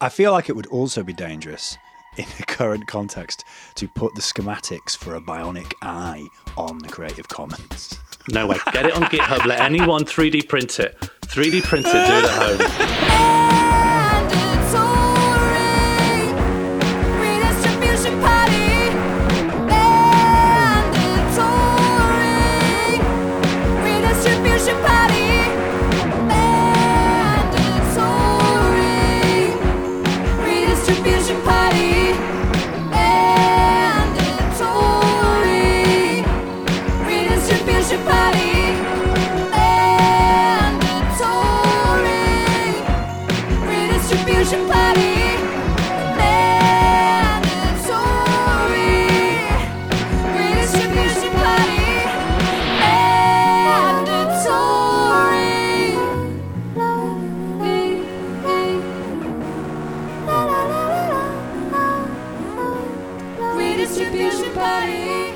I feel like it would also be dangerous in the current context to put the schematics for a bionic eye on the Creative Commons. No way. Get it on GitHub. Let anyone 3D print it. 3D print it. Do it at home. And it's alright. Redistribution party. And it's alright. Redistribution party. And it's alright. Redistribution party. And it's alright. Redistribution party. And it's alright. Redistribution party. Man, I'm sorry. Redistribution party. Man, I'm sorry. La, la, la, la, la, la. Redistribution party.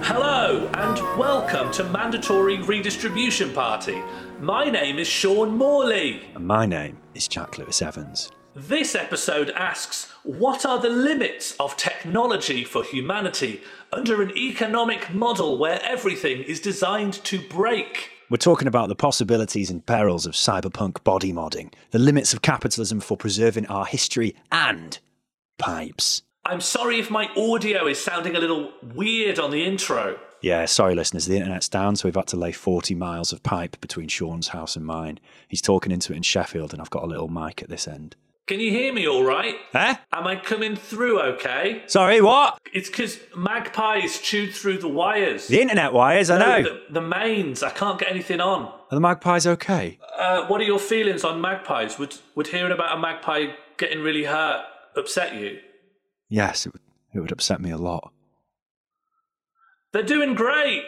Hello and welcome to Mandatory Redistribution Party. My name is Sean Morley. And my name is Jack Lewis Evans. This episode asks What are the limits of technology for humanity under an economic model where everything is designed to break? We're talking about the possibilities and perils of cyberpunk body modding, the limits of capitalism for preserving our history and pipes. I'm sorry if my audio is sounding a little weird on the intro. Yeah, sorry, listeners. The internet's down, so we've had to lay 40 miles of pipe between Sean's house and mine. He's talking into it in Sheffield, and I've got a little mic at this end. Can you hear me all right? Eh? Am I coming through okay? Sorry, what? It's because magpies chewed through the wires. The internet wires, I know. The, the mains, I can't get anything on. Are the magpies okay? Uh, what are your feelings on magpies? Would would hearing about a magpie getting really hurt upset you? Yes, it would, it would upset me a lot. They're doing great.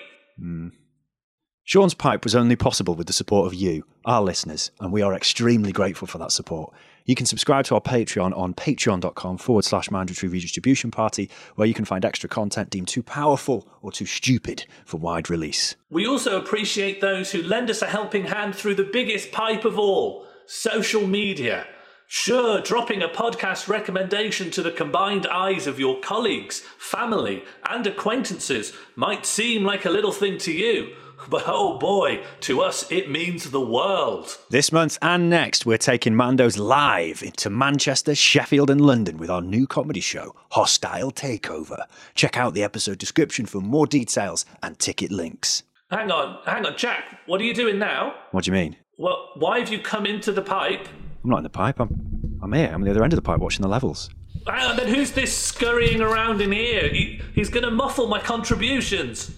Sean's pipe was only possible with the support of you, our listeners, and we are extremely grateful for that support. You can subscribe to our Patreon on patreon.com forward slash mandatory redistribution party, where you can find extra content deemed too powerful or too stupid for wide release. We also appreciate those who lend us a helping hand through the biggest pipe of all social media. Sure, dropping a podcast recommendation to the combined eyes of your colleagues, family, and acquaintances might seem like a little thing to you, but oh boy, to us it means the world. This month and next, we're taking Mando's live into Manchester, Sheffield, and London with our new comedy show, Hostile Takeover. Check out the episode description for more details and ticket links. Hang on, hang on, Jack, what are you doing now? What do you mean? Well, why have you come into the pipe? I'm not in the pipe. I'm, I'm here. I'm the other end of the pipe watching the levels. Hang on, Ah, then who's this scurrying around in here? He, he's going to muffle my contributions.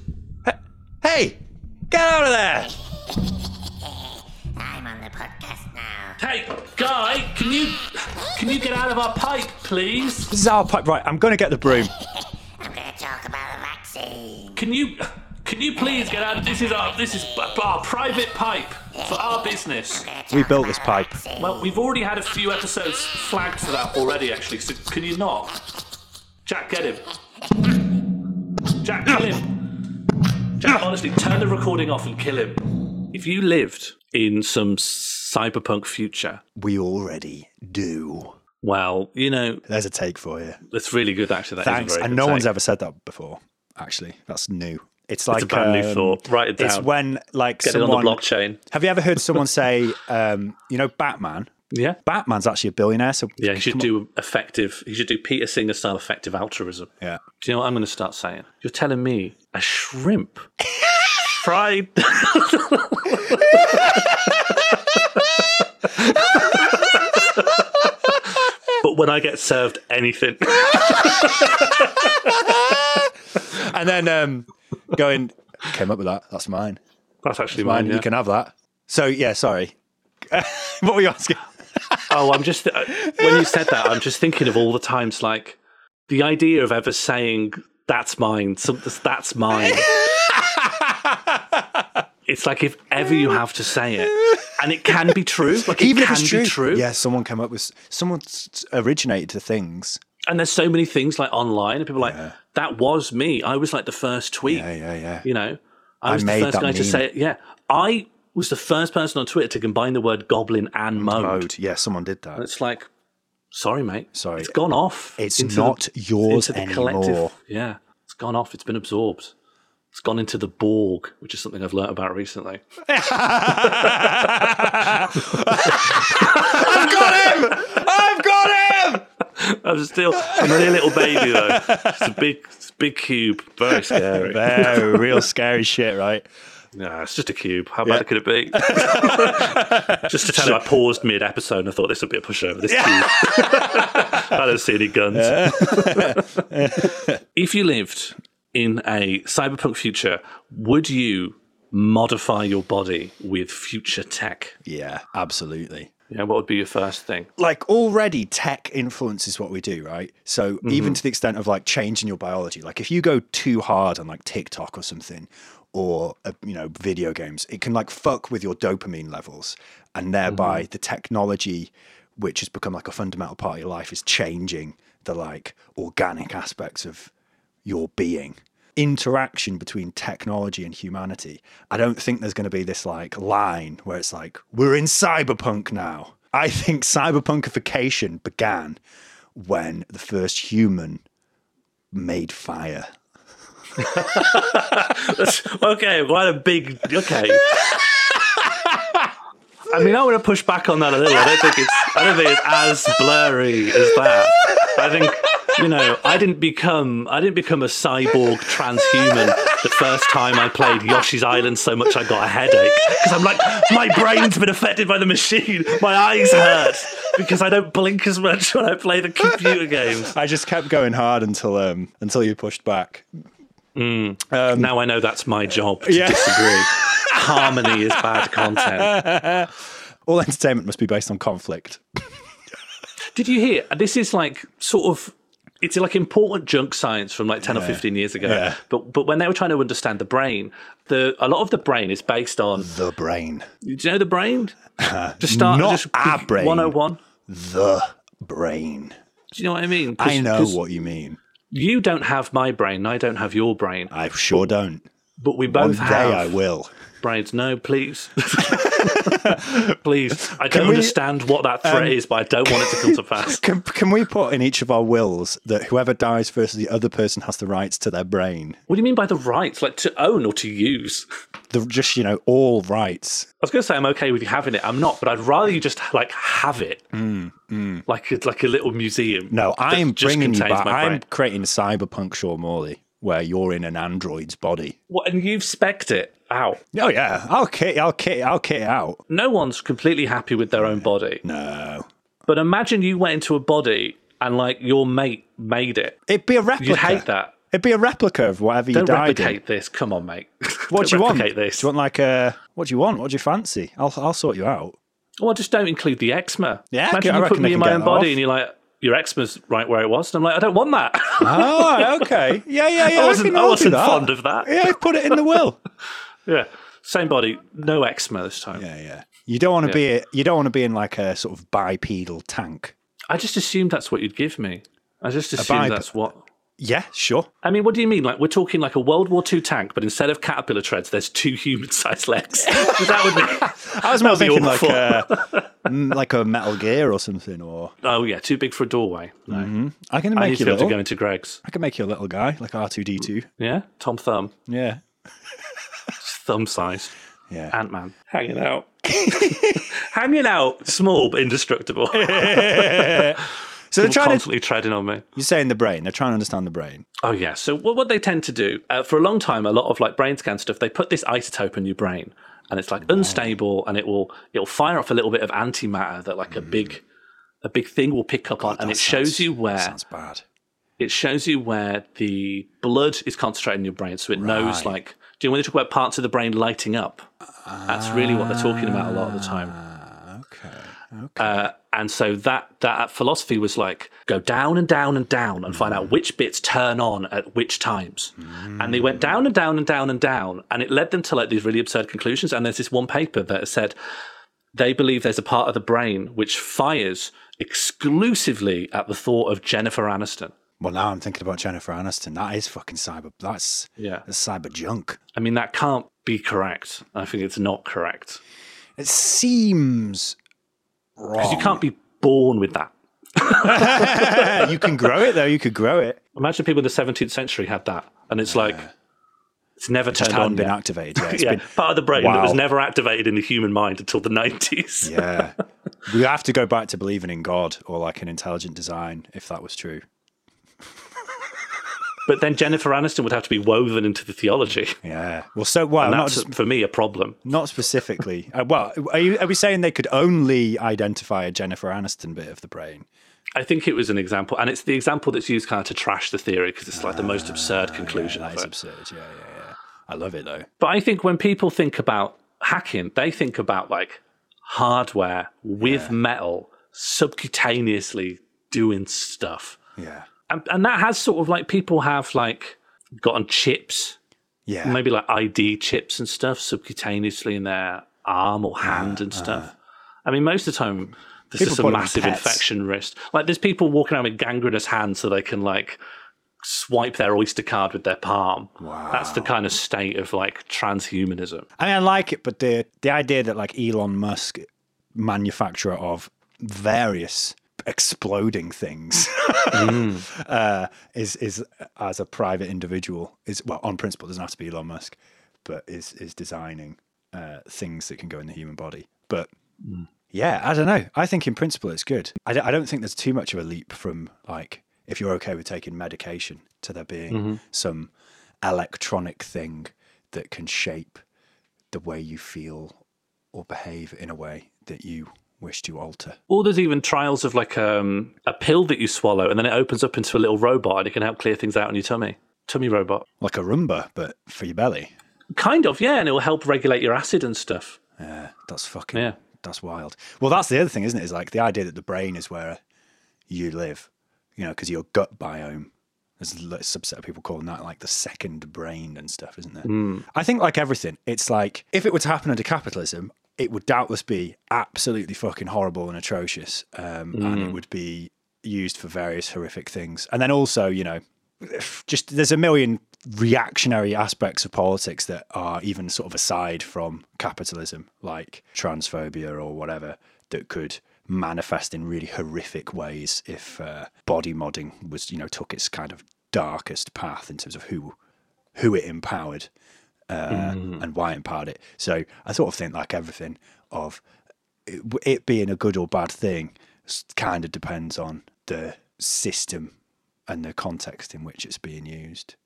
Hey, get out of there! I'm on the podcast now. Hey, guy, can you can you get out of our pipe, please? This is our pipe. Right, I'm going to get the broom. I'm gonna talk about the vaccine. Can you can you please get out? This is our this is our private pipe for our business. I'm gonna We talk built about this the pipe. vaccine. Well, we've already had a few episodes flagged for that already, actually. So can you not? Jack, get him. Jack, kill him. Jack, honestly, turn the recording off and kill him. If you lived in some cyberpunk future, We already do. well, you know There's a take for you. that's really good. Actually, that is a Thanks. very And good no take. one's ever said that before. Actually, that's new. It's like um, a brand new thought. Write it It's down. when like Get it someone on the blockchain. Have you ever heard someone say, um, you know, Batman? Yeah. Batman's actually a billionaire, so Yeah, he should come do effective. He should do Peter Singer style effective altruism. on- yeah. Do you know what I'm going to start saying? You're telling me a shrimp fried. but when I get served anything, And then um, going, came up with that. That's mine. that's actually Mine. mine. yeah. You can have that. So yeah, sorry. what were you asking? Oh, I'm just uh, when you said that, I'm just thinking of all the times like the idea of ever saying that's mine, something that's mine. it's like if ever you have to say it, and it can be true, like Even it if can it's true, be true. yeah, someone came up with someone s- originated the things. And there's so many things like online, and people are like that was me. I was like the first tweet. Yeah, yeah, yeah. You know, I was made the first that guy to meme. say it. Yeah, I was the first person on Twitter to combine the word goblin and mode. Mode. Yeah, someone did that. It's like Sorry, mate. Sorry. It's gone off. It's into the- not yours anymore. Yeah. It's gone off. It's been absorbed. It's gone into the Borg, which is something I've learnt about recently. I've got him! I've got him! I'm still, I'm only a little baby though. It's a big, it's a big cube. Very scary. No, real scary shit, right? Nah, it's just a cube. How bad could it be? just to tell you, I paused mid episode and I thought this would be a pushover. This cube. I don't see any guns. if you lived in a cyberpunk future, would you modify your body with future tech? Yeah, absolutely. Yeah, what would be your first thing? like already tech influences what we do, right? So even to the extent of like changing your biology, like if you go too hard on like TikTok or something, or uh, you know video games, it can like fuck with your dopamine levels, and thereby the technology, which has become like a fundamental part of your life, is changing the like organic aspects of your being. Interaction between technology and humanity. I don't think there's going to be this like line where it's like, we're in cyberpunk now. I think cyberpunkification began when the first human made fire. okay, what a big okay. I mean, I want to push back on that a little. I don't think it's I don't think it's as blurry as that. I think you know I didn't become I didn't become a cyborg transhuman the first time I played Yoshi's Island so much I got a headache because I'm like my brain's been affected by the machine. My eyes hurt because I don't blink as much when I play the computer games. I just kept going hard until um until you pushed back. Now I know that's my job to Yeah. disagree. Harmony is bad content. All entertainment must be based on conflict. Did you hear? This is like sort of. It's like important junk science from like ten or fifteen years ago. Yeah. But but when they were trying to understand the brain, the a lot of the brain is based on. The brain. Do you know the brain? Just start Uh, not just our brain. One hundred one. The brain. Do you know what I mean? 'Cause- I know 'cause what you mean. You don't have my brain. and I don't have your brain. I sure don't. But we One both day have I will. brains. No, please. please. I don't we- um, understand what that threat is, but I don't want it to come to pass. Can, can we put in each of our wills that whoever dies first, the other person has the rights to their brain? What do you mean by the rights? Like to own or to use? The, just, you know, all rights. I was going to say I'm okay with you having it. I'm not, but I'd rather you just like have it, like it's like a little museum. Mm, No, that I'm just bringing you contains back. my I'm brain. creating cyberpunk Shaw Morley, where you're in an android's body. What, and you've specced it out. Oh, yeah. I'll kit, I'll kit, I'll kit it out. No one's completely happy with their own body. No. But imagine you went into a body and like your mate made it. It'd be a replica. You'd hate that. It'd be a replica of whatever you Don't died in. replicate this. Come on, mate. What Don't do you want? replicate This. Do you want like a what do you want? What do you fancy? I'll I'll sort you out. Well, just don't include the eczema. Yeah, I imagine can- I you put reckon me they in can my get own that body off. and you're like, your eczema's right where it was, and I'm like, I don't want that. Oh, okay. Yeah, yeah, yeah. I wasn't, can- I I'll do wasn't that. fond of that. Yeah, put it in the will. Yeah. Same body, no eczema this time. yeah, yeah. You don't want to be a, you don't want to be in like a sort of bipedal tank. I just assumed that's what you'd give me. I just assumed biped. that's what. Yeah, sure. I mean, what do you mean? Like, we're talking like a World War II tank, but instead of caterpillar treads, there's two human sized legs. that would be. I was more be thinking like awful. a, mm, like a Metal Gear or something. Or Oh, yeah, too big for a doorway. No. I can I make need to Mm-hmm. you be able to little. go into Greg's. I can make you a little guy like R two D two. Yeah? Tom Thumb. Yeah, Thumb sized. yeah. Ant Man. Hanging out. Hanging out, small but indestructible. so they're trying to. Constantly treading on me. You're saying the brain. They're trying to understand the brain. Oh yeah. So what, what they tend to do uh, for a long time, a lot of like brain scan stuff, they put this isotope in your brain, and it's like unstable, and it will it'll fire off a little bit of antimatter that like a big a big thing will pick up on, and Hmm. That it shows sounds- you where Sounds bad. it shows you where the blood is concentrated in your brain, so it knows Right. like. Do you know when they talk about parts of the brain lighting up? That's really what they're talking about a lot of the time. Okay. Uh, and so that that philosophy was like go down and down and down and find out which bits turn on at which times. And they went down and down and down and down, and it led them to like these really absurd conclusions. And there's this one paper that said they believe there's a part of the brain which fires exclusively at the thought of Jennifer Aniston. Well, now I'm thinking about Jennifer Aniston. That is fucking cyber. That's Yeah. that's cyber junk. I mean, that can't be correct. I think it's not correct It seems wrong. because you can't be born with that. you can grow it though. You could grow it. Imagine people in the 17th century had that, and it's like it's never Just turned on hadn't been yet. activated. Yeah, it's Yeah, been part of the brain that was Wow. never activated in the human mind until the 90s. yeah. We have to go back to believing in God or like an intelligent design if that was true. But then Jennifer Aniston would have to be woven into the theology. Yeah. Well, so well, And not that's, just, for me, a problem. not specifically. Uh, well, are, you, are we saying they could only identify a Jennifer Aniston bit of the brain? I think it was an example, and it's the example that's used kind of to trash the theory because it's like the most absurd conclusion. That of is it. absurd. Ah, Yeah, yeah, yeah. I love it though. But I think when people think about hacking, they think about like hardware with metal subcutaneously doing stuff. Yeah. And, and that has sort of like people have like gotten chips, Yeah. maybe like ID chips and stuff subcutaneously in their arm or hand and stuff. I mean, most of the time, there's Ah, People just a put 'em in massive pets. infection risk. Like, there's people walking around with gangrenous hands so they can like swipe their Oyster card with their palm. That's the kind of state of like transhumanism. I mean, I like it, but the the idea that like Elon Musk, manufacturer of various exploding things, uh, is is as a private individual is well on principle doesn't have to be Elon Musk, but is is designing uh, things that can go in the human body. But yeah, I don't know. I think in principle it's good. I don't, I don't think there's too much of a leap from like if you're okay with taking medication to there being some electronic thing that can shape the way you feel or behave in a way that you wish to alter. Or there's even trials of like um, a pill that you swallow and then it opens up into a little robot and it can help clear things out in your tummy. Tummy robot. Like a Roomba, but for your belly. Kind of, yeah, and it will help regulate your acid and stuff. Yeah, that's fucking, Yeah. that's wild. Well, that's the other thing, isn't it? Is like the idea that the brain is where you live, you know, because your gut biome. There's a li- subset of people calling that like the second brain and stuff, isn't there? I think, like everything, it's like if it were to happen under capitalism, it would doubtless be absolutely fucking horrible and atrocious. Um, And it would be used for various horrific things. And then also, you know, just there's a million reactionary aspects of politics that are even sort of aside from capitalism, like transphobia or whatever, that could manifest in really horrific ways if uh, body modding was, you know, took its kind of darkest path in terms of who who it empowered uh, and why it empowered it. So I sort of think like everything of it, it being a good or bad thing kind of depends on the system and the context in which it's being used.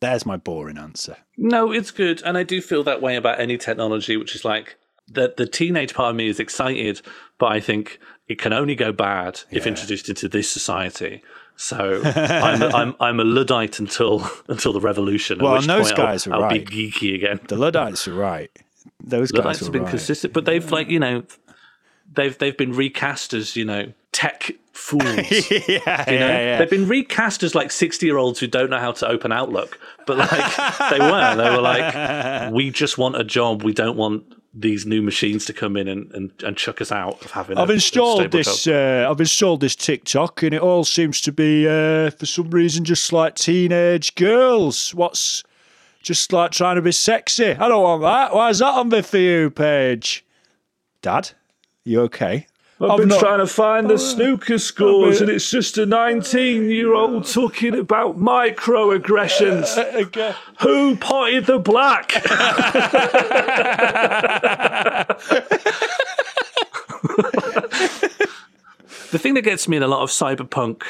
There's my boring answer. No, it's good, and I do feel that way about any technology, which is like the the teenage part of me is excited, but I think it can only go bad if introduced into this society. So I'm, I'm I'm a luddite until until the revolution. at Well, which and those point I'll- guys were I'll, right. be geeky again. The Luddites are right. Those Luddites guys were have been right. consistent, but they've like you know they've they've been recast as you know tech fools. yeah, You know? yeah, yeah. They've been recast as like 60 year olds who don't know how to open Outlook, but like they were. They were like, we just want a job. We don't want these new machines to come in and, and, and chuck us out of having I've a, installed stable this. Uh, job." I've installed this TikTok, and it all seems to be, uh, for some reason, just like teenage girls. What's just like trying to be sexy? I don't want that. Why is that on the for you page? Dad, you okay? I've been not- Oh. trying to find the snooker scores, and it's just a 19 year old talking about Uh, microaggressions. Who potted the black? the thing that gets me in a lot of cyberpunk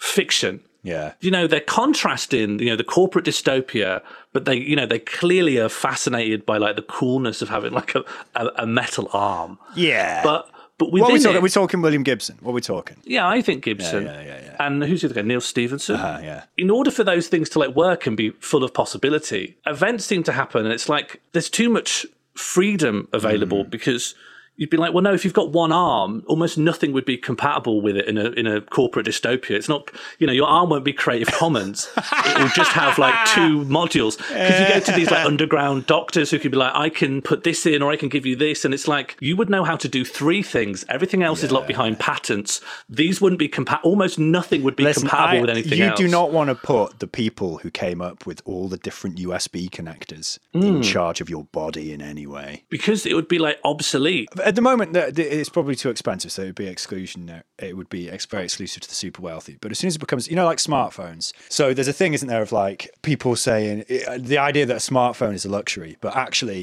fiction Yeah, you know they're contrasting you know the corporate dystopia but they you know they clearly are fascinated by like the coolness of having like a, a, a metal arm yeah. but but what are within we talking? it, We're talking William Gibson. What are we talking? yeah i think gibson yeah, yeah, yeah. and who's the other guy neil stevenson Uh, yeah. in order for those things to like work and be full of possibility, events seem to happen, and it's like there's too much freedom Mm. available because you'd be like, well, no, if you've got one arm, almost nothing would be compatible with it in a in a corporate dystopia. It's not, you know, your arm won't be Creative Commons. it will just have like two modules because you go to these like underground doctors who could be like, I can put this in or I can give you this, and it's like you would know how to do three things. Everything else is locked behind patents. These wouldn't be compatible. Almost nothing would be Listen, compatible I- with anything you else. do not want to put the people who came up with all the different Hmm. USB connectors in charge of your body in any way. because it would be like obsolete. at the moment, the- the- it's probably too expensive, so it would be exclusion. uh, It would be ex- very exclusive to the super wealthy. But as soon as it becomes, you know, like smartphones. So there's a thing, isn't there, of like people saying uh, the idea that a smartphone is a luxury, but actually,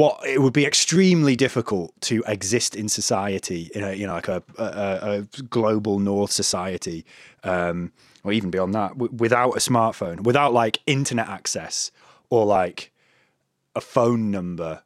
what it would be extremely difficult to exist in society in a you know like a a, a- a global north society, um, or even beyond that, w- without a smartphone, without like internet access or like a phone number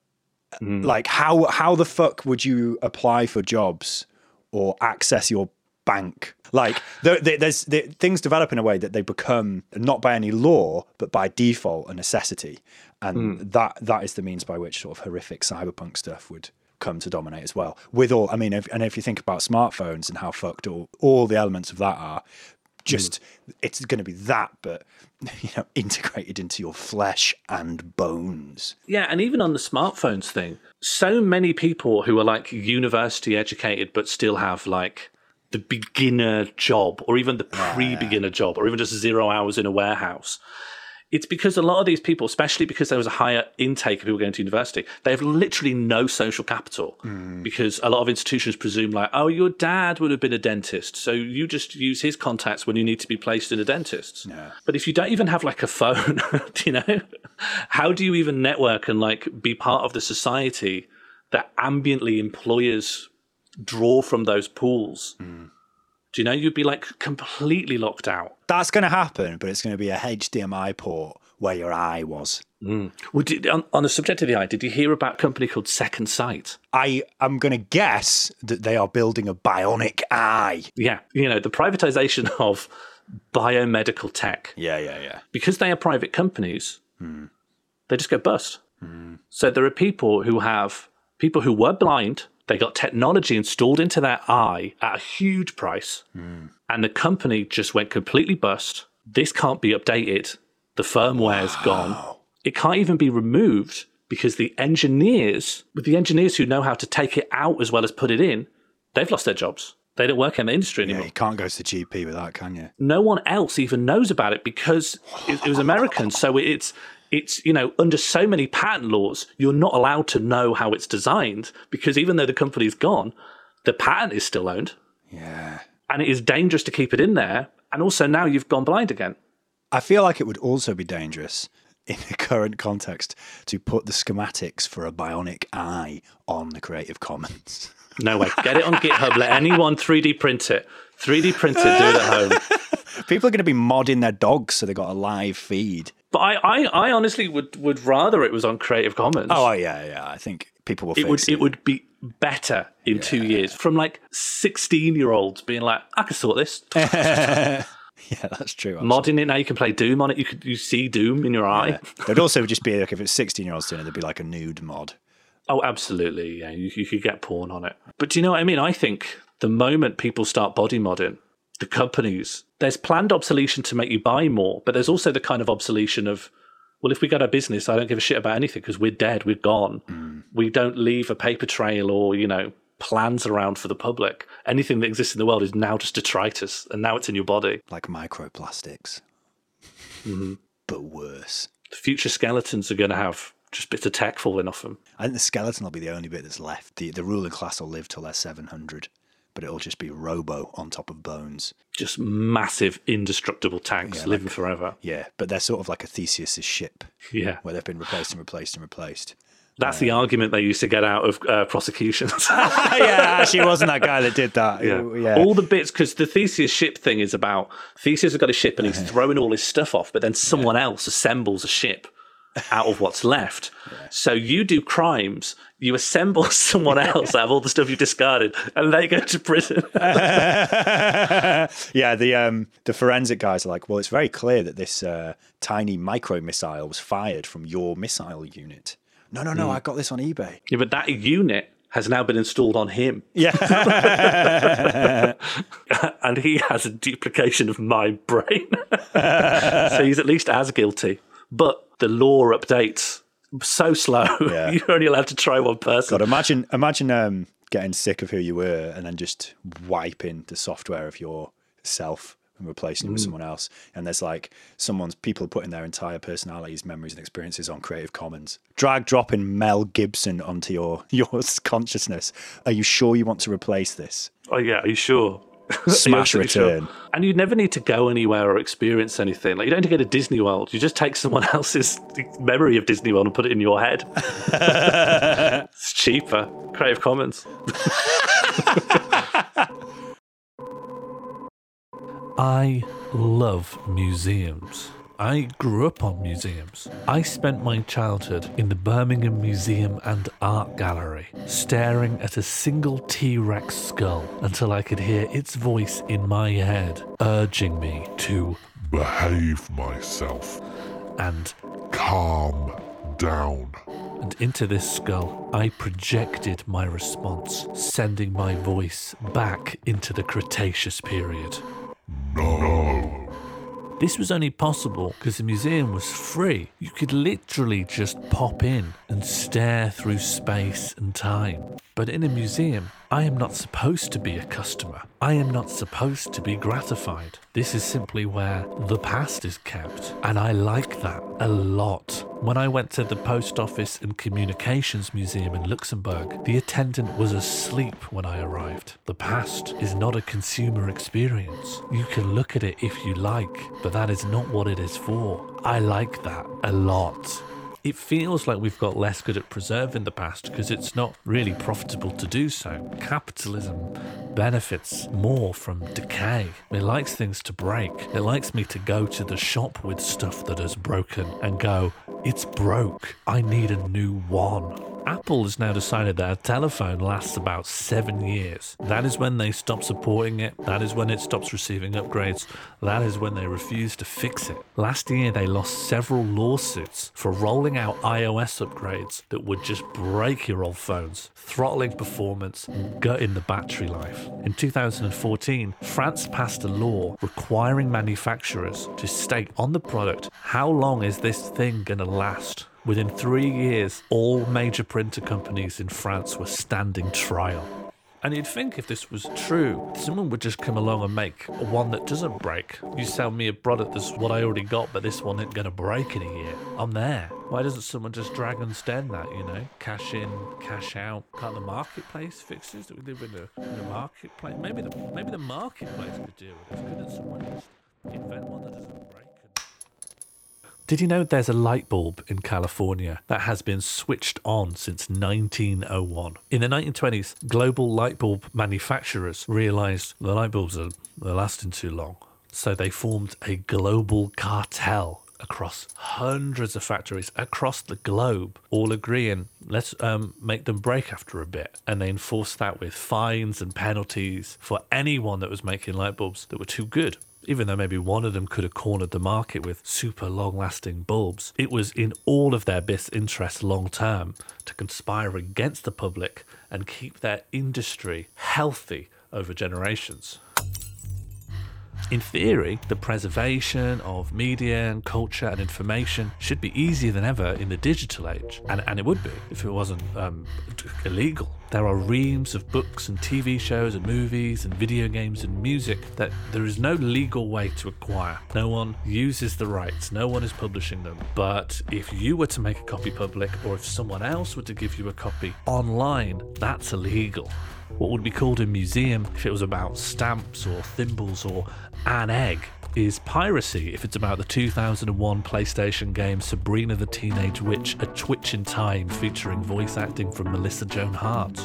like how how the fuck would you apply for jobs or access your bank like there, there, there's there, things develop in a way that they become not by any law but by default a necessity and that that is the means by which sort of horrific cyberpunk stuff would come to dominate as well with all i mean if, and if you think about smartphones and how fucked all, all the elements of that are just it's going to be that but you know integrated into your flesh and bones Yeah, and even on the smartphones thing, so many people who are like university educated but still have like the beginner job or even the pre beginner job or even just zero hours in a warehouse. It's because a lot of these people, especially because there was a higher intake of people going to university, they have literally no social capital because a lot of institutions presume, like, oh, your dad would have been a dentist. So you just use his contacts when you need to be placed in a dentist. But if you don't even have like a phone, do you know, how do you even network and like be part of the society that ambiently employers draw from those pools? Do you know, you'd be like completely locked out. That's going to happen, but it's going to be a HDMI port where your eye was. Well, did, on, on the subject of the eye, did you hear about a company called Second Sight? I am going to guess that they are building a bionic eye. Yeah, you know, the privatization of biomedical tech Yeah, yeah, yeah. because they are private companies, Hmm. they just go bust. So there are people who have people who were blind, they got technology installed into their eye at a huge price, Hmm. and the company just went completely bust. This can't be updated. The firmware's gone. It can't even be removed because the engineers, with the engineers who know how to take it out as well as put it in, they've lost their jobs. They don't work in the industry anymore Yeah, you can't go to the GP with that, can you? no one else even knows about it because it, it was American. So it's it's you know under so many patent laws, you're not allowed to know how it's designed because even though the company's gone, the patent is still owned, Yeah. and it is dangerous to keep it in there. And also now you've gone blind again. I feel like it would also be dangerous in the current context to put the schematics for a bionic eye on the Creative Commons. No way. Get it on GitHub. Let anyone 3D print it. 3D print it. Do it at home. People are going to be modding their dogs so they got a live feed. But I, I, I honestly would would rather it was on Creative Commons. Oh, yeah, yeah. I think people will it fix would it would be better in two years from like 16 year olds being like i can sort this Yeah, that's true. modding it now you can play doom on it you could you see doom in your eye There'd also just be like if it's 16 year olds doing it, there'd be like a nude mod. oh absolutely yeah you, you could get porn on it but do you know what i mean i think the moment people start body modding the companies there's planned obsolescence to make you buy more but there's also the kind of obsolescence of well if we got our business i don't give a shit about anything because we're dead we're gone we don't leave a paper trail or you know plans around for the public anything that exists in the world is now just detritus and now it's in your body like microplastics, Mm-hmm. but worse. the future skeletons are going to have just bits of tech falling off them I think the skeleton will be the only bit that's left. The, the ruling class will live till they're 700, but it'll just be robo on top of bones. just massive indestructible tanks living forever. Yeah, but they're sort of like a Theseus's ship Yeah, where they've been replaced and replaced and replaced. that's the argument they used to get out of uh, prosecutions. Oh, yeah, she wasn't that guy that did that. Yeah. All the bits because the Theseus ship thing is about Theseus has got a ship and he's throwing all his stuff off, but then someone else assembles a ship out of what's left. So you do crimes, you assemble someone else out of all the stuff you've discarded, and they go to prison. yeah, the um, the forensic guys are like, well, it's very clear that this uh, tiny micro missile was fired from your missile unit. Mm. No, no, no, I got this on eBay. yeah, but that unit has now been installed on him, Yeah. and he has a duplication of my brain. so he's at least as guilty. But the law updates so slow. Yeah. You're only allowed to try one person. God, imagine imagine um, getting sick of who you were and then just wiping the software of your self and replacing it with someone else. And there's like someone's people putting their entire personalities, memories, and experiences on Creative Commons. Drag dropping Mel Gibson onto your your consciousness. Are you sure you want to replace this? Oh yeah, are you sure? Are you Smash absolutely sure? return. And you never need to go anywhere or experience anything. Like you don't need to go to Disney World. You just take someone else's memory of Disney World and put it in your head. it's cheaper. Creative Commons. I love museums. I grew up on museums. I spent my childhood in the Birmingham Museum and Art Gallery, staring at a single T Rex skull until I could hear its voice in my head, urging me to behave myself, and calm down. and into this skull I projected my response, sending my voice back into the Cretaceous period. No, This was only possible because the museum was free. You could literally just pop in and stare through space and time. But in a museum, I am not supposed to be a customer. I am not supposed to be gratified. This is simply where the past is kept. And I like that a lot. When I went to the Post Office and Communications Museum in Luxembourg, the attendant was asleep when I arrived. The past is not a consumer experience. You can look at it if you like, but that is not what it is for. I like that a lot. It feels like we've got less good at preserving the past because it's not really profitable to do so. Capitalism benefits more from decay. It likes things to break. It likes me to go to the shop with stuff that is broken and go, it's broke. I need a new one. Apple has now decided that a telephone lasts about seven years. That is when they stop supporting it. That is when it stops receiving upgrades. That is when they refuse to fix it. Last year, they lost several lawsuits for rolling out iOS upgrades that would just break your old phones, throttling performance and gutting the battery life. In 2014, France passed a law requiring manufacturers to state on the product how long is this thing going to last. Within three years, all major printer companies in France were standing trial. And you'd think if this was true, someone would just come along and make one that doesn't break. You sell me a product that's what I already got, but this one isn't going to break in a year. I'm there. Why doesn't someone just drag and stand that, you know? Cash in, cash out. Can't the marketplace fix this? Do we live in a, in a marketplace? Maybe the, maybe the marketplace could deal with this. Couldn't someone just invent one that doesn't break? Did you know there's a light bulb in California that has been switched on since 1901? In the 1920s, global light bulb manufacturers realized the light bulbs are they're lasting too long. So they formed a global cartel across hundreds of factories across the globe, all agreeing let's um, make them break after a bit. And they enforced that with fines and penalties for anyone that was making light bulbs that were too good even though maybe one of them could have cornered the market with super long lasting bulbs, it was in all of their best interest long term to conspire against the public and keep their industry healthy over generations. In theory, the preservation of media and culture and information should be easier than ever in the digital age, and, and it would be if it wasn't um, d- illegal. There are reams of books and TV shows and movies and video games and music that there is no legal way to acquire. No one uses the rights, no one is publishing them. But if you were to make a copy public, or if someone else were to give you a copy online, that's illegal what would be called a museum if it was about stamps or thimbles or an egg is piracy if it's about the 2001 PlayStation game Sabrina the Teenage Witch A Twitch in Time featuring voice acting from Melissa Joan Hart.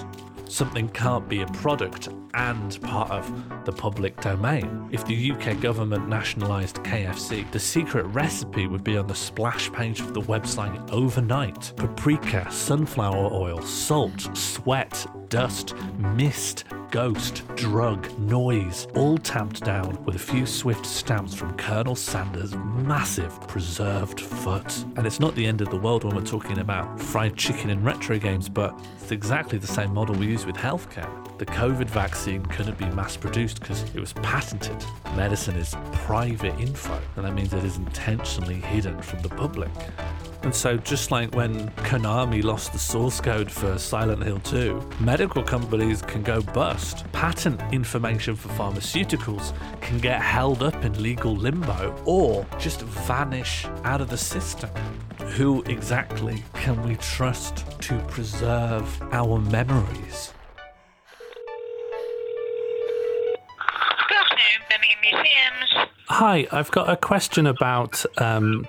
Something can't be a product and part of the public domain. If the UK government nationalised KFC, the secret recipe would be on the splash page of the website overnight. Paprika, sunflower oil, salt, sweat, dust, mist, ghost, drug, noise, all tamped down with a few swift stamps from Colonel Sanders' massive preserved foot. And it's not the end of the world when we're talking about fried chicken and retro games, but it's exactly the same model we use with healthcare. The COVID vaccine couldn't be mass produced because it was patented. Medicine is private info, and that means it is intentionally hidden from the public. And so, just like when Konami lost the source code for Silent Hill 2, medical companies can go bust. Patent information for pharmaceuticals can get held up in legal limbo or just vanish out of the system. Who exactly can we trust to preserve our memories? Good afternoon, Birmingham Museums. Hi, I've got a question about um,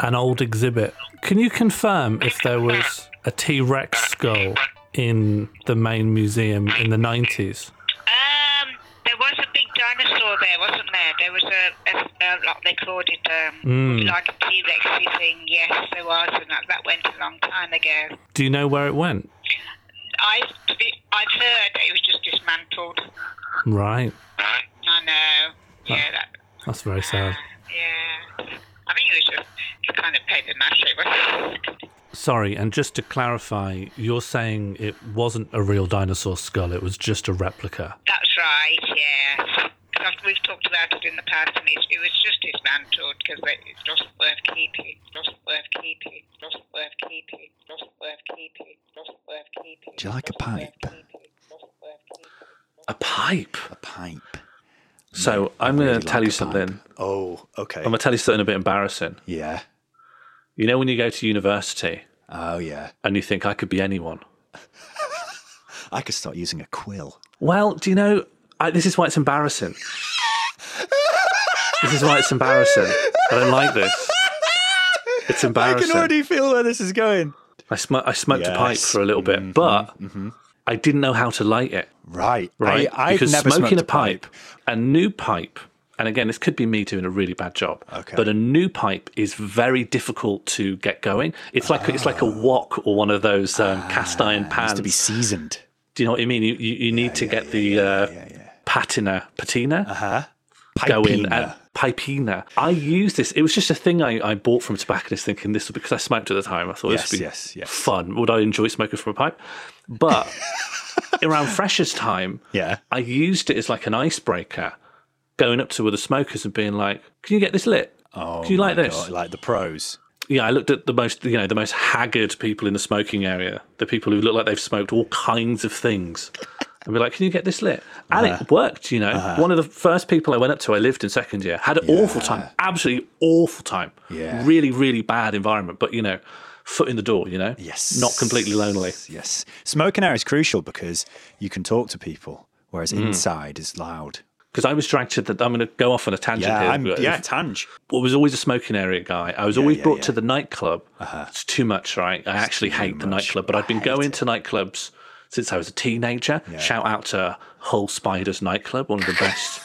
an old exhibit. Can you confirm if there was a T Rex skull in the main museum in the 90s? Um, there was a big dinosaur there, wasn't there? There was a, a, a like they called it, um, like a T Rexy thing. Yes, there was, and that, that went a long time ago. Do you know where it went? I, to be, I've heard that it was just dismantled. Right, I know. Yeah, that. that's very sad. Yeah. I think it was just it's kind of paper mache, wasn't it? Sorry, and just to clarify, you're saying it wasn't a real dinosaur skull, it was just a replica. That's right, yeah. 'Cause I've- We've talked about it in the past, and it, it was just dismantled because it's not worth keeping. Not worth keeping. Not worth keeping. Not worth keeping. Not worth keeping. Do you like a pipe? A pipe? A pipe. So, I'm going to really tell like you a pipe. something. Oh, okay. I'm going to tell you something a bit embarrassing. yeah. You know, when you go to university Oh, yeah. and you think I could be anyone? I could start using a quill. Well, do you know? I, this is why it's embarrassing. this is why it's embarrassing. I don't like this. It's embarrassing. I, feel where this is going. sm- I smoked a pipe Yes. Mm-hmm. for a little bit, but I didn't know how to light it. Right. Right? I, I've because never smoking smoked a pipe, a new pipe, and again, this could be me doing a really bad job. Okay. But a new pipe is very difficult to get going. It's like it's like a wok or one of those um, cast It iron has pans. Ah. to be seasoned. Do you know what I mean? You you, you need to get the uh, patina patina. Uh-huh. go in Pipina. and pipina. I used this. It was just a thing I, I bought from a tobacconist, thinking this would because I smoked at the time. I thought Yes, this would be yes, yes. fun. Would I enjoy smoking from a pipe? But around freshers time, Yeah. I used it as like an icebreaker, going up to other smokers and being like, "Can you get this lit? Oh, Can you like my this?" God, like the pros. Yeah, I looked at the most you know the most haggard people in the smoking area, the people who look like they've smoked all kinds of things. And be like, can you get this lit? And Uh-huh. it worked, you know. One of the first people I went up to, I lived in second year, had an awful time, absolutely awful time. Yeah. Really, really bad environment, but you know, foot in the door, you know. Yes. Not completely lonely. Yes. Smoking air is crucial because you can talk to people, whereas Hmm. inside is loud. Because I was dragged to the, I'm going to go off on a tangent Yeah, here. I'm, but- yeah, Tange. well, I was always a smoking area guy. I was always yeah, brought yeah. Uh-huh. to the nightclub. It's too much, right? I actually hate the nightclub, but I've been going to nightclubs since I was a teenager. Shout out to Hull Spiders nightclub, one of the best,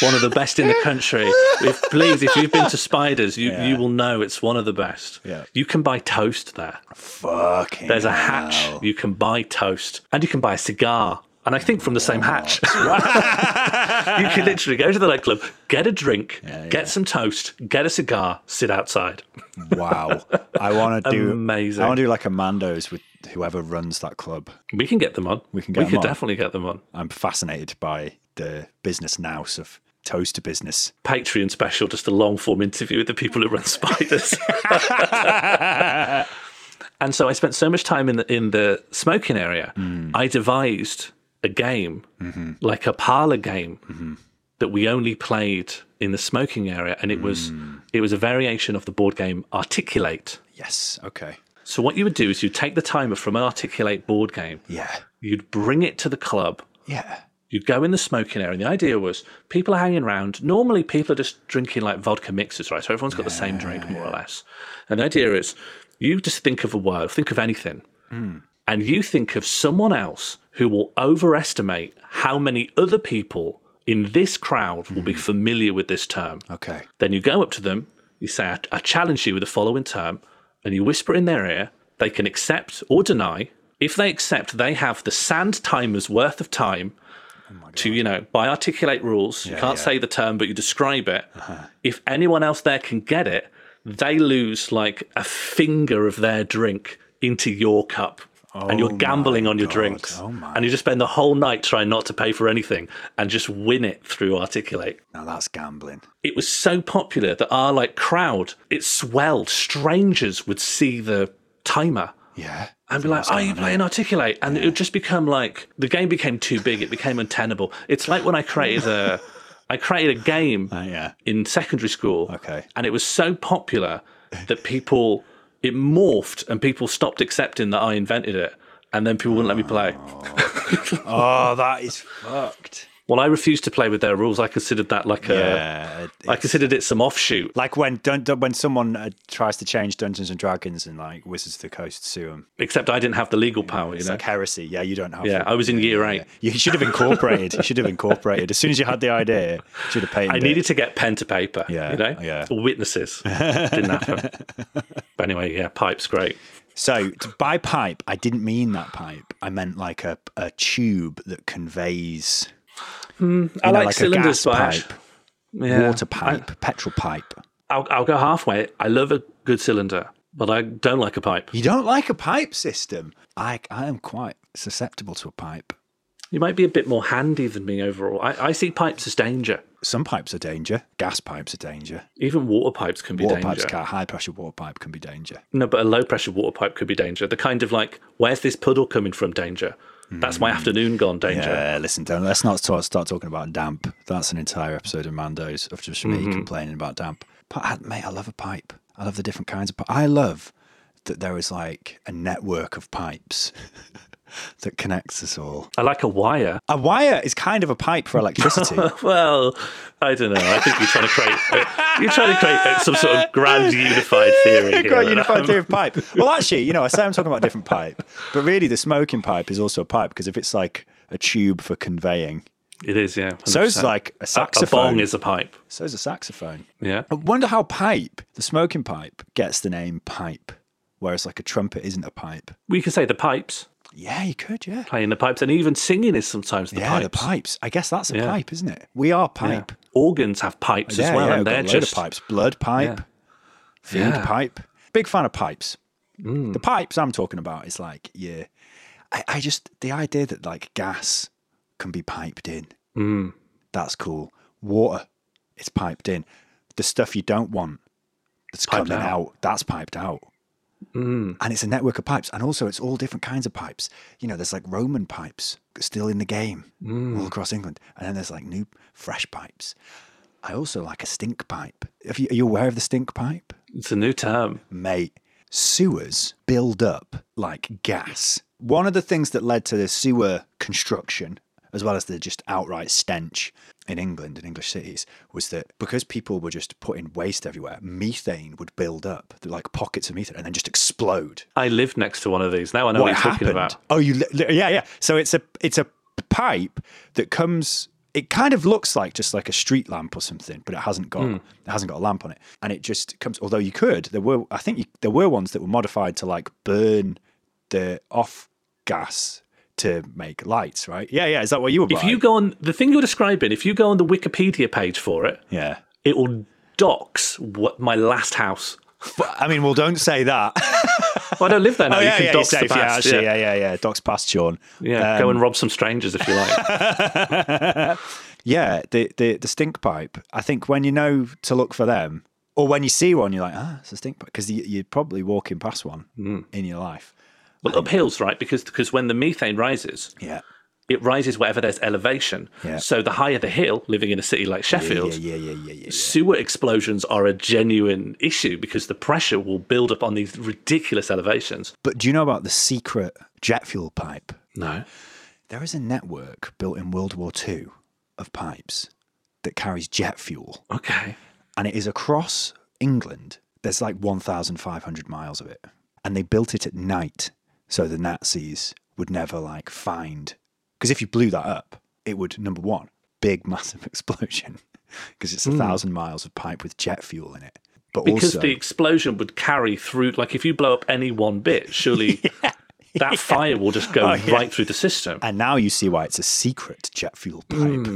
one of the best in the country. If, please, if you've been to Spiders, you, you will know it's one of the best. Yeah. You can buy toast there. Fucking. There's a hatch. hell. You can buy toast, and you can buy a cigar. And I think from the same hatch. you can literally go to the nightclub, get a drink, get some toast, get a cigar, sit outside. Wow. I want to do. Amazing. I want to do like a Mando's with whoever runs that club. We can get them on. We can get We them could on. definitely get them on. I'm fascinated by the business nous of toaster business. Patreon special, just a long form interview with the people who run spiders. and so I spent so much time in the in the smoking area. I devised a game, like a parlor game, that we only played in the smoking area, and it was it was a variation of the board game Articulate. Yes. Okay. So what you would do is you'd take the timer from an Articulate board game, Yeah. you'd bring it to the club, Yeah. you go in the smoking area, and the idea was people are hanging around. Normally, people are just drinking like vodka mixers, right? So everyone's got the same drink, more or less. And the idea is you just think of a word, think of anything, and you think of someone else who will overestimate how many other people in this crowd will be familiar with this term. Okay. Then you go up to them, you say, I, I challenge you with the following term, and you whisper in their ear. They can accept or deny. If they accept, they have the sand timer's worth of time Oh to, you know, by articulate rules. you can't say the term, but you describe it. Uh-huh. If anyone else there can get it, they lose like a finger of their drink into your cup. Oh and you're my gambling on your God. drinks. Oh my. and you just spend the whole night trying not to pay for anything and just win it through Articulate. Now that's gambling. It was so popular that our like crowd, it swelled. Strangers would see the timer Yeah. and be like, "Are you playing Articulate?" And it would just become like the game became too big. It became untenable. It's like when I created a, I created a game Uh, yeah. in secondary school. Okay. and it was so popular that people it morphed and people stopped accepting that I invented it, and then people wouldn't let me play. Oh, that is fucked. Well, I refused to play with their rules. I considered that like a. I Yeah. it- it's- considered it some offshoot. like when don't, don't- when someone uh, tries to change Dungeons and Dragons and like Wizards of the Coast sue them. Except I didn't have the legal power. You It's know. like heresy. Yeah, you don't have. Yeah, to- I was in year eight. You should have incorporated. you should have incorporated. As soon as you had the idea, you should have patented. I needed to get pen to paper. Yeah, You know? yeah. Or witnesses. Didn't happen. but anyway, yeah, pipe's great. So to- by pipe, I didn't mean that pipe. I meant like a, a tube that conveys I you know, like, cylinders, a but I gas actu- pipe, yeah. water pipe, petrol pipe. I, will I'll go halfway. I love a good cylinder, but I don't like a pipe. You don't like a pipe system. I I am quite susceptible to a pipe. You might be a bit more handy than me overall. I, I see pipes as danger. Some pipes are danger. Gas pipes are danger. Even water pipes can be Water danger. pipes, ca- high pressure water pipe can be danger. No, but a low pressure water pipe could be danger. The kind of like, where's this puddle coming from danger? That's my afternoon gone danger. Hmm. Yeah, listen, don't let's not start, start talking about damp. That's an entire episode of Mando's of just me Mm-hmm. complaining about damp. But I- mate, I love a pipe. I love the different kinds of pipe. I love that there is like a network of pipes that connects us all. I like a wire. A wire is kind of a pipe for electricity. Well, I don't know. I think you're trying to create you're trying to create uh, some sort of grand unified theory. Here. Great unified theory of pipe. Well, actually, you know, I say I'm talking about a different pipe, but really the smoking pipe is also a pipe because if it's like a tube for conveying, It is, yeah. 100%. so is like a A- a saxophone. bong is a pipe. so is a saxophone. Yeah. I wonder how pipe, the smoking pipe, gets the name pipe, whereas like a trumpet isn't a pipe. We can say the pipes, Yeah, you could, yeah. playing the pipes, and even singing is sometimes the yeah, pipes. the pipes. I guess that's a Yeah. pipe, isn't it? We are Yeah. pipe. Organs have pipes Yeah, as well, yeah, and we've got they're a load just of pipes. Blood pipe, Yeah. food Yeah. Mm. pipe. Big fan of pipes. The pipes I'm talking about is like, yeah. I, I just the idea that like gas can be piped in. That's cool. Water, it's piped in. The stuff you don't want that's Piped coming out. Mm. out. that's piped out. And it's a network of pipes. And also, it's all different kinds of pipes. You know, there's like Roman pipes still in the game Mm. all across England. And then there's like new, fresh pipes. I also like a stink pipe. Have you, are you aware of the stink pipe? It's a new term. Mate, sewers build up like gas. One of the things that led to the sewer construction, as well as the just outright stench in England and English cities, was that because people were just putting waste everywhere, methane would build up, like pockets of methane, and then just explode I lived next to one of these. Now I know what, what you're happened? talking about. Oh, you li- li- yeah yeah. So it's a it's a pipe that comes. It kind of looks like just like a street lamp or something, but it hasn't Hmm. got it hasn't got a lamp on it, and it just comes. Although you could, there were I think you, there were ones that were modified to like burn the off gas to make lights, right? Yeah yeah. Is that what you were? If buying? you go on the thing you're describing, if you go on the Wikipedia page for it, yeah. it will dox what my last house. But, I mean, well, don't say that. Well, I don't live there now. oh you yeah can yeah. You're dox safe. the Yeah, past. actually, yeah yeah yeah. Doc's past Sean. Yeah, Um, go and rob some strangers if you like. Yeah, the, the the stink pipe. I think when you know to look for them, or when you see one, you're like, ah, it's a stink pipe, because you, you're probably walking past one in your life. well, up hills, right? Because because when the methane rises, Yeah, it rises wherever there's elevation. Yeah. So the higher the hill, living in a city like yeah, Sheffield, yeah, yeah, yeah, yeah. sewer explosions are a genuine issue because the pressure will build up on these ridiculous elevations. But do you know about the secret jet fuel pipe? No. There is a network built in World War II of pipes that carries jet fuel, Okay. and it is across England. There's like 1,500 miles of it, and they built it at night so the Nazis would never like find. Because if you blew that up, it would number one, big massive explosion, because it's a thousand miles of pipe with jet fuel in it. But Hmm. Because also, the explosion would carry through, like if you blow up any one bit, surely that fire will just Oh, go right through the system. and now you see why it's a secret jet fuel pipe.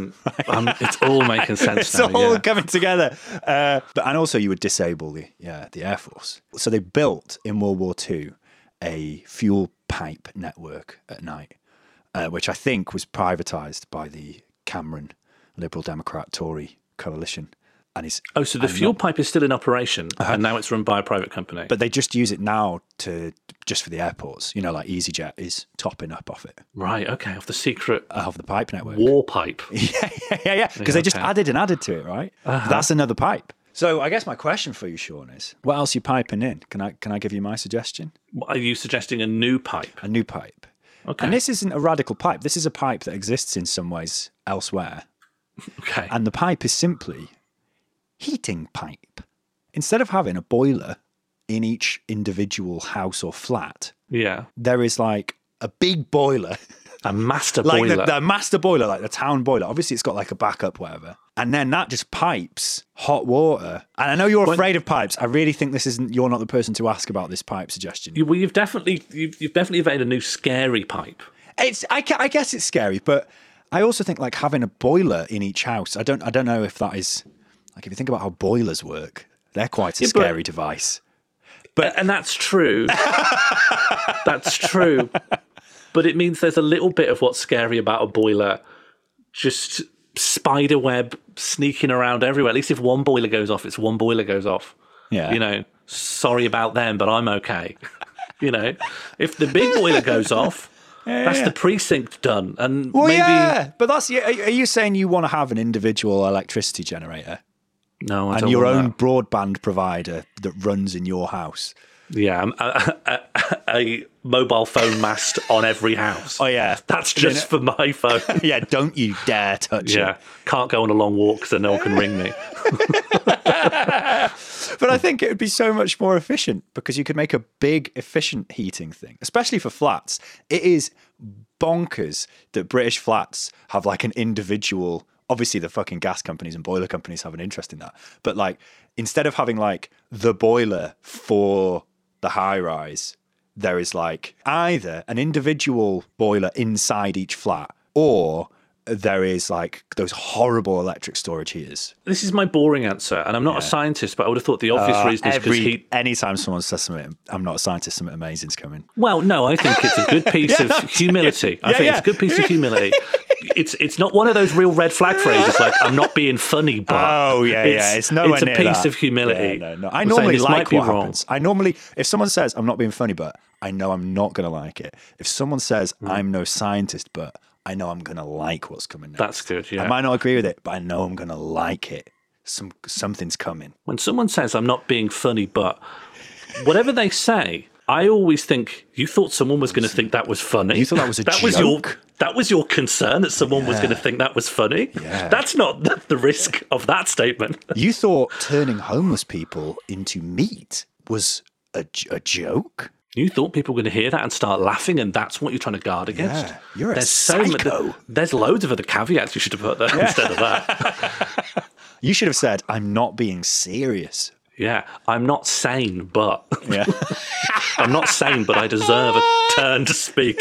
Um, it's all making sense it's now. all yeah. coming together. Uh, but and also you would disable the yeah the air force. So they built in World War II a fuel pipe network at night, uh, which I think was privatised by the Cameron Liberal Democrat Tory coalition. And uh, is Oh, so the fuel pipe is still in operation, Uh-huh. and now it's run by a private company. but they just use it now to just for the airports. You know, like EasyJet is topping up off it right, okay, off the secret off the pipe network. war pipe. yeah, yeah, yeah. Because they just okay. added and added to it, right? That's another pipe. So I guess my question for you, Sean, is what else are you piping in? Can I can I give you my suggestion? What, Are you suggesting a new pipe? A new pipe. Okay, And this isn't a radical pipe. This is a pipe that exists in some ways elsewhere. okay, And the pipe is simply heating pipe. Instead of having a boiler in each individual house or flat, yeah, there is like a big boiler a master like boiler. The, the master boiler, like the town boiler. Obviously, it's got like a backup, whatever. And then that just pipes hot water. And I know you're afraid of pipes. I really think this isn't. You're not the person to ask about this pipe suggestion. You- well, you've definitely you've, you've definitely invented a new scary pipe. It's. I, ca- I guess it's scary, but I also think like having a boiler in each house. I don't. I don't know if that is. Like if you think about how boilers work, they're quite a Yeah, but- scary device. and that's true. that's true. But it means there's a little bit of what's scary about a boiler, just spider web sneaking around everywhere. At least if one boiler goes off, it's one boiler goes off. Yeah. You know, sorry about them, but I'm okay. you know, if the big boiler goes off, that's the precinct done, and Well, maybe yeah, but that's. yeah, Are are you saying you want to have an individual electricity generator no, I and don't your want own that. broadband provider that runs in your house? yeah, um, a, a- a mobile phone mast on every house. Oh yeah, that's just for my phone. yeah, don't you dare touch Yeah, it. can't go on a long walk because no one can ring me. But I think it would be so much more efficient because you could make a big, efficient heating thing, especially for flats. It is bonkers that British flats have like an individual. Obviously, the fucking gas companies and boiler companies have an interest in that. But like, instead of having like the boiler for the high rise, there is like either an individual boiler inside each flat or there is like those horrible electric storage heaters This is my boring answer, and I'm not a scientist, but I would have thought the obvious Uh, reason is because every- he. Anytime someone says something, I'm not a scientist, something amazing's coming. Well, no, I think it's a good piece Yeah, of humility. I yeah, think it's yeah. a good piece of humility. It's it's not one of those real red flag phrases like "I'm not being funny," but Oh yeah, It's- yeah. It's nowhere it's a near piece that. of humility. Yeah, no, no. I I'm saying normally this like might be what wrong. happens. I normally, if someone says I'm not being funny, but I know I'm not going to like it. If someone says Mm. I'm no scientist, but I know I'm going to like what's coming next. that's good. I Yeah. might not agree with it, but I know I'm going to like it. Some something's coming. when someone says "I'm not being funny," but whatever they say, I always think you thought someone was going to think that was funny. You thought that was a that was your joke? that was your concern that someone was going to think that was funny. Yeah. That's not the, the risk of that statement. You thought turning homeless people into meat was a, j- a joke? You thought people were going to hear that and start laughing, and that's what you're trying to guard against. Yeah, you're a psycho. there's loads of other caveats you should have put there instead of that. You should have said I'm not being serious. Yeah, I'm not sane, but Yeah. I'm not sane, but I deserve a turn to speak.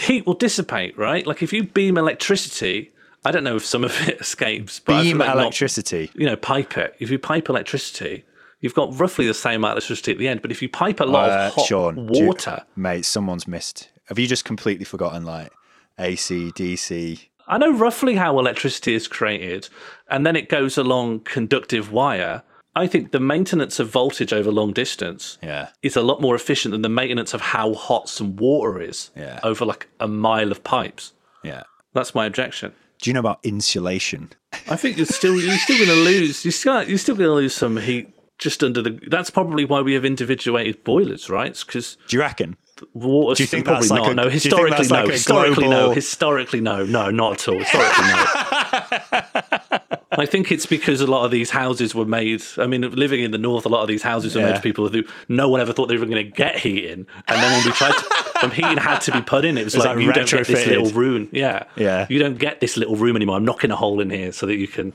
Heat will dissipate, right? Like if you beam electricity, I don't know if some of it escapes, but I feel beam like not- electricity. you know, pipe it. If you pipe electricity, you've got roughly the same amount of electricity at the end. But if you pipe a lot Uh, of hot Sean, do you- water, mate, someone's missed. Have you just completely forgotten like AC, DC? I know roughly how electricity is created, and then it goes along conductive wire. I think the maintenance of voltage over long distance Yeah. is a lot more efficient than the maintenance of how hot some water is Yeah. over like a mile of pipes. Yeah. That's my objection. Do you know about insulation? I think you're still you're still going to lose. You're still you're still going to lose some heat just under the. That's probably why we have individuated boilers, right? Because Do you reckon? water. Do you think probably that's like not? a- do no, you think historically that's no. like a historically no. global- Historically no. No, not at all. Historically no. I think it's because a lot of these houses were made. I mean, living in the north, a lot of these houses were made Yeah. for people who no one ever thought they were going to get heat in. And then when we tried to, when heating had to be put in, it was, was like, like you don't get this retrofitted. little room. Yeah, Yeah. You don't get this little room anymore. I'm knocking a hole in here so that you can.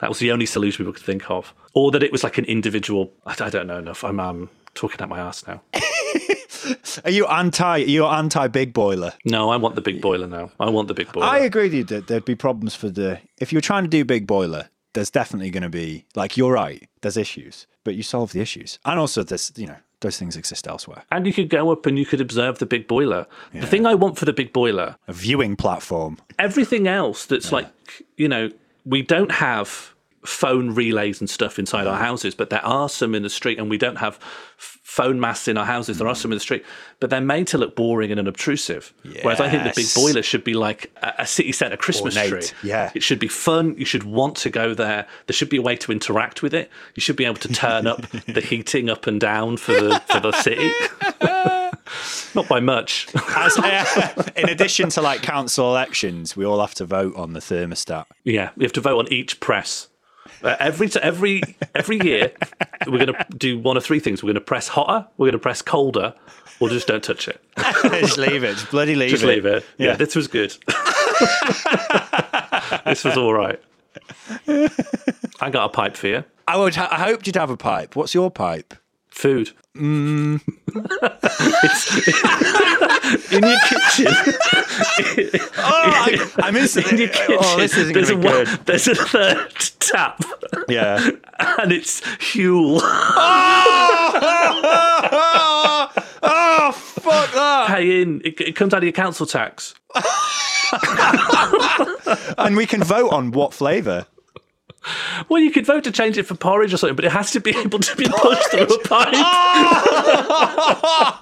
That was the only solution people could think of, or that it was like an individual. I, I don't know enough. I'm um, talking out my ass now. Are you anti you're anti big boiler? No, I want the big boiler now. I want the big boiler. I agree with you that there'd be problems for the if you're trying to do big boiler, there's definitely gonna be like you're right, there's issues. But you solve the issues. And also there's you know, Those things exist elsewhere. And you could go up and you could observe the big boiler. The thing I want for the big boiler, A viewing platform. everything else that's like, you know, we don't have phone relays and stuff inside our houses, but there are some in the street, and we don't have f- phone masts in our houses. Mm. There are some in the street, but they're made to look boring and unobtrusive. Whereas I think the big Yes. boiler should be like a, a city centre Christmas Ornate, tree. yeah. It should be fun. You should want to go there. There should be a way to interact with it. You should be able to turn up the heating up and down for the, for the city. Not by much. As, in addition to like council elections, we all have to vote on the thermostat. Yeah, we have to vote on each press. Uh, every t- every every year, we're going to do one of three things: we're going to press hotter, we're going to press colder, or just don't touch it. just leave it. Just bloody leave Just it. leave it. Yeah, Yeah. this was good. this was all right. I got a pipe for you. I would. Ha- I hoped you'd have a pipe. What's your pipe? Food. Mm. It's- in your kitchen. Oh, I, I'm In your instantly. kitchen. Oh, this isn't going there's to a be wa- good. there's a third tap, Yeah. and it's Huel. oh, oh, fuck that! pay in. It, it comes out of your council tax. And we can vote on what flavour. Well, you could vote to change it for porridge or something, but it has to be able to be pushed through a pipe.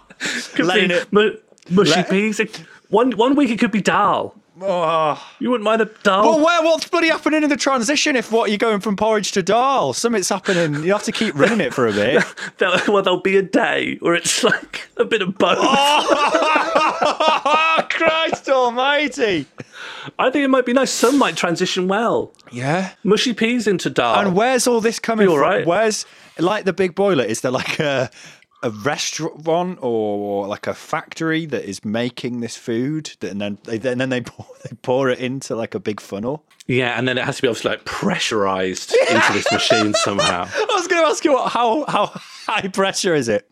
could Letting be it- mu- mushy let- peas. It- One one week it could be dal. Oh. You wouldn't mind a dal. Well, where, what's bloody happening in the transition if what you're going from porridge to dal? Something's happening. You have to keep running it for a bit. There- well, there'll be a day where it's like a bit of both. oh, Christ almighty. I think it might be nice. Some might transition well. Yeah. Mushy peas into dal. And where's all this coming Be all from? right. Where's like the big boiler? Is there like a a restaurant or like a factory that is making this food, that, and then they and then they pour, they pour it into like a big funnel? yeah, and then it has to be obviously like pressurized into this machine somehow. I was going to ask you what, how how high pressure is it?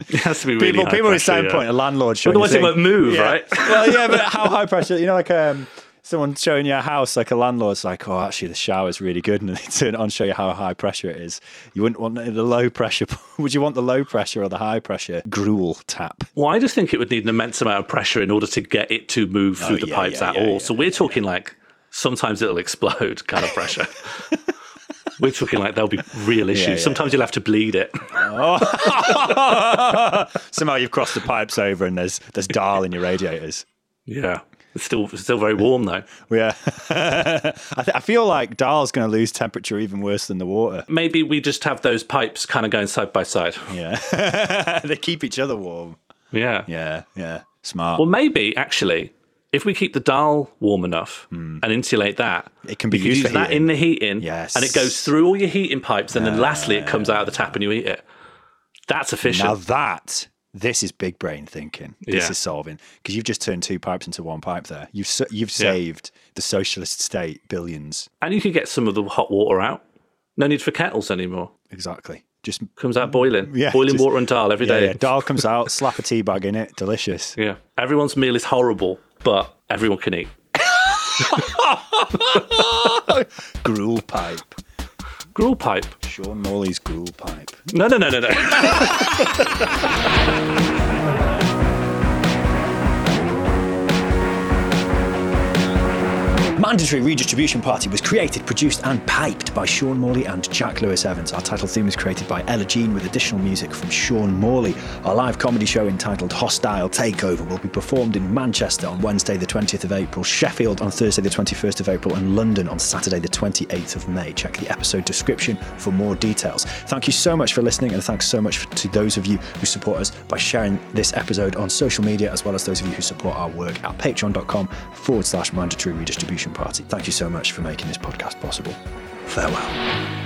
It has to be really People high people in pressure, Sound yeah. Point, a landlord showing. you Otherwise, it thing. won't move, Yeah. right? well, yeah, but how high pressure? You know, like um, someone showing you a house, like a landlord's like, oh, actually, the shower's really good, and they turn it on, show you how high pressure it is. You wouldn't want the low pressure. Would you want the low pressure or the high pressure gruel tap? Well, I just think it would need an immense amount of pressure in order to get it to move through the Oh, yeah, pipes yeah, at yeah, all. yeah, so we're talking like sometimes it'll explode kind of pressure. we're talking like there'll be real issues. yeah, sometimes you'll have to bleed it. Somehow you've crossed the pipes over, and there's there's Dahl in your radiators. yeah. It's still it's still very warm though. Yeah, I, th- I feel like Dahl's going to lose temperature even worse than the water. Maybe we just have those pipes kind of going side by side. Yeah, they keep each other warm. Yeah. Yeah, yeah, smart. Well, maybe actually, if we keep the dial warm enough and insulate that, Hmm. It can be you used use for that heating. in the heating. Yes. and it goes through all your heating pipes, and then lastly, it comes out of the tap and you eat it. That's efficient. Now that this is big brain thinking. This Yeah. is solving because you've just turned two pipes into one pipe. There, you've s- you've saved the socialist state billions. And you could get some of the hot water out. No need for kettles anymore. Exactly. Just Comes out boiling. Yeah, boiling just- water and dal every yeah, day. yeah. Dal comes out, slap a tea bag in it, delicious. Yeah. Everyone's meal is horrible, but everyone can eat. Gruel pipe. Gruel pipe. Sean Morley's gruel pipe. No, no, no, no, no. Mandatory Redistribution Party was created, produced, and piped by Sean Morley and Jack Lewis Evans. Our title theme was created by Ella Jean with additional music from Sean Morley. Our live comedy show entitled Hostile Takeover will be performed in Manchester on Wednesday, the 20th of April, Sheffield on Thursday, the 21st of April, and London on Saturday, the 28th of May. Check the episode description for more details. Thank you so much for listening, and thanks so much to those of you who support us by sharing this episode on social media, as well as those of you who support our work at patreon.com forward slash mandatory redistribution party. Thank you so much for making this podcast possible. Farewell.